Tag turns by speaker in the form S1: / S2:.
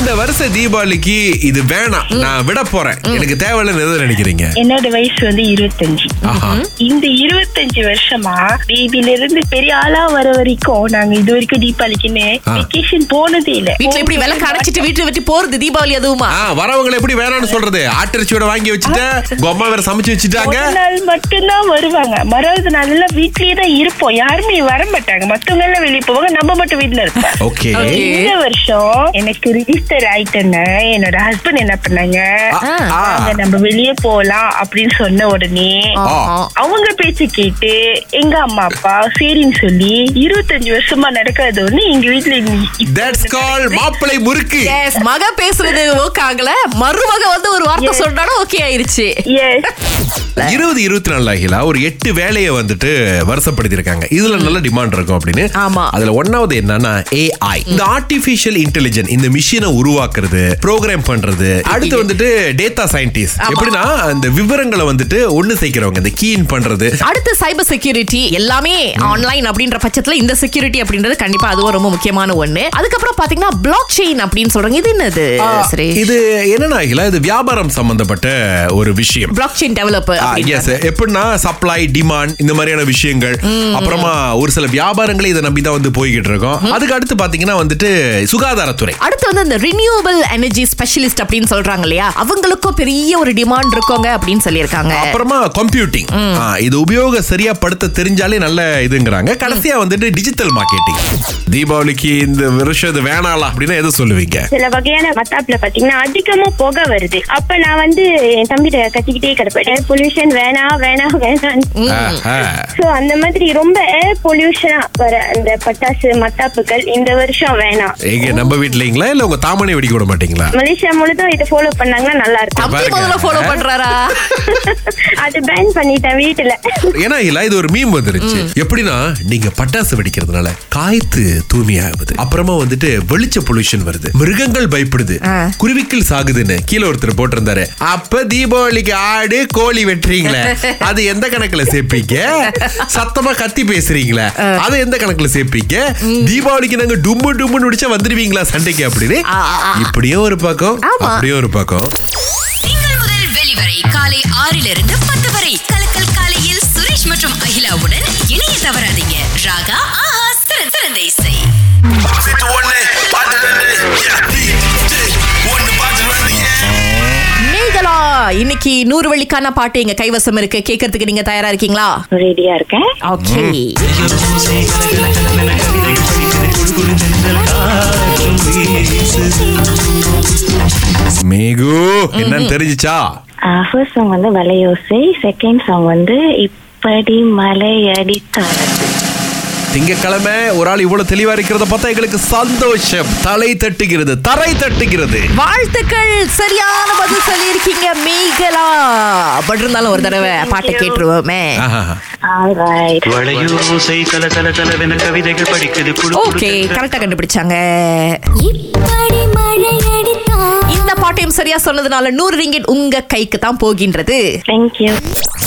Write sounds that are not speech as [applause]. S1: இந்த வருஷ தீபாவளிக்கு இது வேணாம் நான் விட போறேன் எனக்கு தேவையில்லைன்னு எது நினைக்கிறீங்க
S2: என்னோட வயசு வந்து இருபத்தஞ்சு
S1: ஆஹா
S2: இந்த இருபத்தஞ்சு வருஷமா பேபில இருந்து பெரிய ஆளா வர வரைக்கும் நாங்க இது வரைக்கும் தீபாவளிக்குன்னு
S1: ஆ.
S2: வெக்கேஷன் போனதே இல்ல
S3: வீட்டுல இப்படி விளக்கு அணைச்சிட்டு வீட்டுல விட்டு போறது தீபாவளி அதுவுமா
S1: ஆ வரவங்களை எப்படி வேணாம்னு சொல்றது ஆட்டிறைச்சியோட வாங்கி வச்சுட்டேன் உங்க அம்மா வேற சமைச்சு வச்சுட்டாங்க
S2: ஒரு நாள் மட்டும்தான் வருவாங்க மறுபது நாள் எல்லாம் வீட்லயே தான் இருப்போம் யாருமே வர மாட்டாங்க மத்தவங்க எல்லாம் வெளியே போவாங்க நம்ம மட்டும் வீட்டுல இருப்போம்
S1: ஓகே
S3: Okay.
S2: இந்த வருஷம் எனக்கு ரிஜிஸ்டர் ஆயிட்டேன்னு என்னோட ஹஸ்பண்ட் என்ன பண்ணாங்க
S1: ஆ, ஆ.
S2: வாங்க, நம்ம வெளியே போலாம் அப்படின்னு சொன்ன உடனே
S3: ஆஹா.
S2: அவங்க பேச்சு கேட்டு எங்க அம்மா அப்பா சரின்னு சொல்லி இருபத்தஞ்சு வருஷமா நடக்காத ஒண்ணு எங்க வீட்டுல இன்னி- இப்ப
S1: தட்ஸ்
S2: வந்து
S1: கால்
S2: நடக்குது.
S1: மாப்பிளை முறுக்கு
S3: Yes, மக பேசுறது ஓகே ஆகல மருமக வந்து ஒரு வார்த்தை
S2: Yes.
S3: சொன்னாலும் ஓகே ஆயிருச்சு
S2: Yes.
S1: இருபது இருபத்தி நாலு ஆகிலா ஒரு எட்டு வேலையை வந்துட்டு வருஷப்படுத்தியிருக்காங்க இதுல நல்ல டிமாண்ட் இருக்கும் அப்படின்னு
S3: ஆமா.
S1: அதுல ஒன்னாவது என்னன்னா ஏஐ இந்த ஆர்டிபிஷியல் இன்டெலிஜென்ட் இந்த மிஷினை உருவாக்குறது ப்ரோக்ராம் பண்றது அடுத்து வந்துட்டு டேட்டா சயின்டிஸ்ட்
S3: ஆமா.
S1: எப்படின்னா அந்த விவரங்களை வந்துட்டு ஒண்ணு சேர்க்கிறவங்க இந்த கீன் பண்றது
S3: அடுத்து சைபர் செக்யூரிட்டி எல்லாமே ஆன்லைன் அப்படின்ற பட்சத்துல இந்த செக்யூரிட்டி அப்படின்றது கண்டிப்பா அதுவும் ரொம்ப முக்கியமான ஒண்ணு அதுக்கப்புறம் பாத்தீங்கன்னா பிளாக் செயின் அப்படின்னு சொல்றாங்க இது என்னது சரி
S1: இது என்னன்னா ஆகிலா இது வியாபாரம் சம்பந்தப்பட்ட ஒரு விஷயம்
S3: பிளாக் செயின் டெவலப்பர்
S1: எஸ் எப்படின்னா சப்ளை டிமாண்ட் இந்த மாதிரியான விஷயங்கள் அப்புறமா ஒரு சில வியாபாரங்களே இதை நம்பி தான் வந்து போய்கிட்டு இருக்கோம் அதுக்கு அடுத்து பாத்தீங்கன்னா வந்துட்டு சுகாதாரத்துறை
S3: அடுத்து வந்து இந்த ரினியூவபிள் எனர்ஜி ஸ்பெஷலிஸ்ட் அப்படின்னு சொல்றாங்க இல்லையா அவங்களுக்கும் பெரிய ஒரு டிமாண்ட் இருக்குங்க அப்படின்னு சொல்லியிருக்காங்க
S1: அப்புறமா கம்ப்யூட்டிங் இது உபயோக சரியா படுத்த தெரிஞ்சாலே நல்ல இதுங்கிறாங்க கடைசியா வந்துட்டு டிஜிட்டல் மார்க்கெட்டிங் தீபாவளிக்கு இந்த வருஷம் இது வேணாலா அப்படின்னா எதை சொல்லுவீங்க
S4: சில வகையான மத்தாப்புல பாத்தீங்கன்னா அதிகமா புகை வருது அப்ப நான் வந்து என் தம்பிட்ட கத்திக்கிட்டே கிடப்பேன் ஏர் பொல்யூஷன் வேணா வேணா வேணான்னு
S1: ஆஹா.
S4: சோ அந்த மாதிரி ரொம்ப ஏர் பொல்யூஷனா வர அந்த பட்டாசு மத்தாப்புகள் இந்த வருஷம் வேணாம்
S1: எங்க நம்ம வீட்லங்களா இல்ல உங்க தாமனை வெடிக்க விட மாட்டீங்களா
S4: மலேசியா முழுதும் இதை ஃபாலோ பண்ணாங்கன்னா நல்லா
S3: [laughs]
S4: இருக்கும்
S3: தம்பி
S1: பாருங்க.
S3: முதல்ல ஃபாலோ
S1: [laughs]
S3: பண்றாரா
S4: அது பேன் பண்ணிட்டேன் வீட்டுல
S1: ஏன்னா இல்ல இது ஒரு மீம் வந்துருச்சு எப்படின்னா நீங்க பட்டாசு வெடிக்கிறதுனால காய்த்து தூய்மையாகுது அப்புறமா வந்துட்டு வெளிச்ச பொல்யூஷன் வருது மிருகங்கள் பயப்படுது
S3: ஆ.
S1: குருவிக்கள் சாகுதுன்னு கீழே ஒருத்தர் போட்டிருந்தாரு அப்ப தீபாவளிக்கு ஆடு கோழி வெட்டுறீங்களே அது எந்த கணக்குல சேர்ப்பீங்க சத்தமா கத்தி பேசுறீங்களே அது எந்த கணக்குல சேர்ப்பீங்க தீபாவளிக்கு நாங்க டும்மு டும்முன்னு வெடிச்சா வந்துருவீங்களா சண்டைக்கு அப்படின்னு
S3: ஆ, ஆ, ஆ.
S1: இப்படியும் ஒரு பக்கம்
S3: ஆமா.
S1: அப்படியே ஒரு பக்கம்
S5: திங்கள் முதல் வெளிவரை காலை ஆறிலிருந்து பத்து வரை கலக்கல் காலையில் சுரேஷ் மற்றும் அகிலாவுடன் இணைய தவறாதீங்க ராகா ஆஹா சிறந்த சிறந்த இசை
S6: Sit one day, body run it. Yeah, DJ, one the body run it. Yeah.
S3: நீங்களா இன்னைக்கு நூறு வழிக்கான பாட்டு எங்க கைவசம் இருக்கு கேட்கறதுக்கு நீங்க தயாரா இருக்கீங்களா
S4: ரெடியா இருக்கேன்
S3: ஓகே
S1: மேகு என்னன்னு தெரிஞ்சுச்சா
S4: ஃபர்ஸ்ட் சாங் வந்து வலையோசை செகண்ட் சாங் வந்து இப்படி மலை அடித்தார்
S1: திங்கக்கிழமை ஒரு ஆள் இவ்வளவு தெளிவா இருக்கிறத பார்த்தா எங்களுக்கு சந்தோஷம் தலை தட்டுகிறது தரை தட்டுகிறது
S3: வாழ்த்துக்கள் சரியான பதில் சொல்லியிருக்கீங்க மேகலா பட் இருந்தாலும் ஒரு தடவை பாட்டை கேட்டுருவோமே
S1: ஆஹா.
S4: ஆல்ரைட்
S7: வளையோசை கல கல கலவென கவிதைகள் படிக்குது குழு
S3: ஓகே கரெக்டா கண்டுபிடிச்சாங்க
S5: இப்படி மழை அடித்தா
S3: இந்த பாட்டையும் சரியா சொன்னதுனால நூறு ரிங்கிட் உங்க கைக்கு தான் போகின்றது
S4: தேங்க்யூ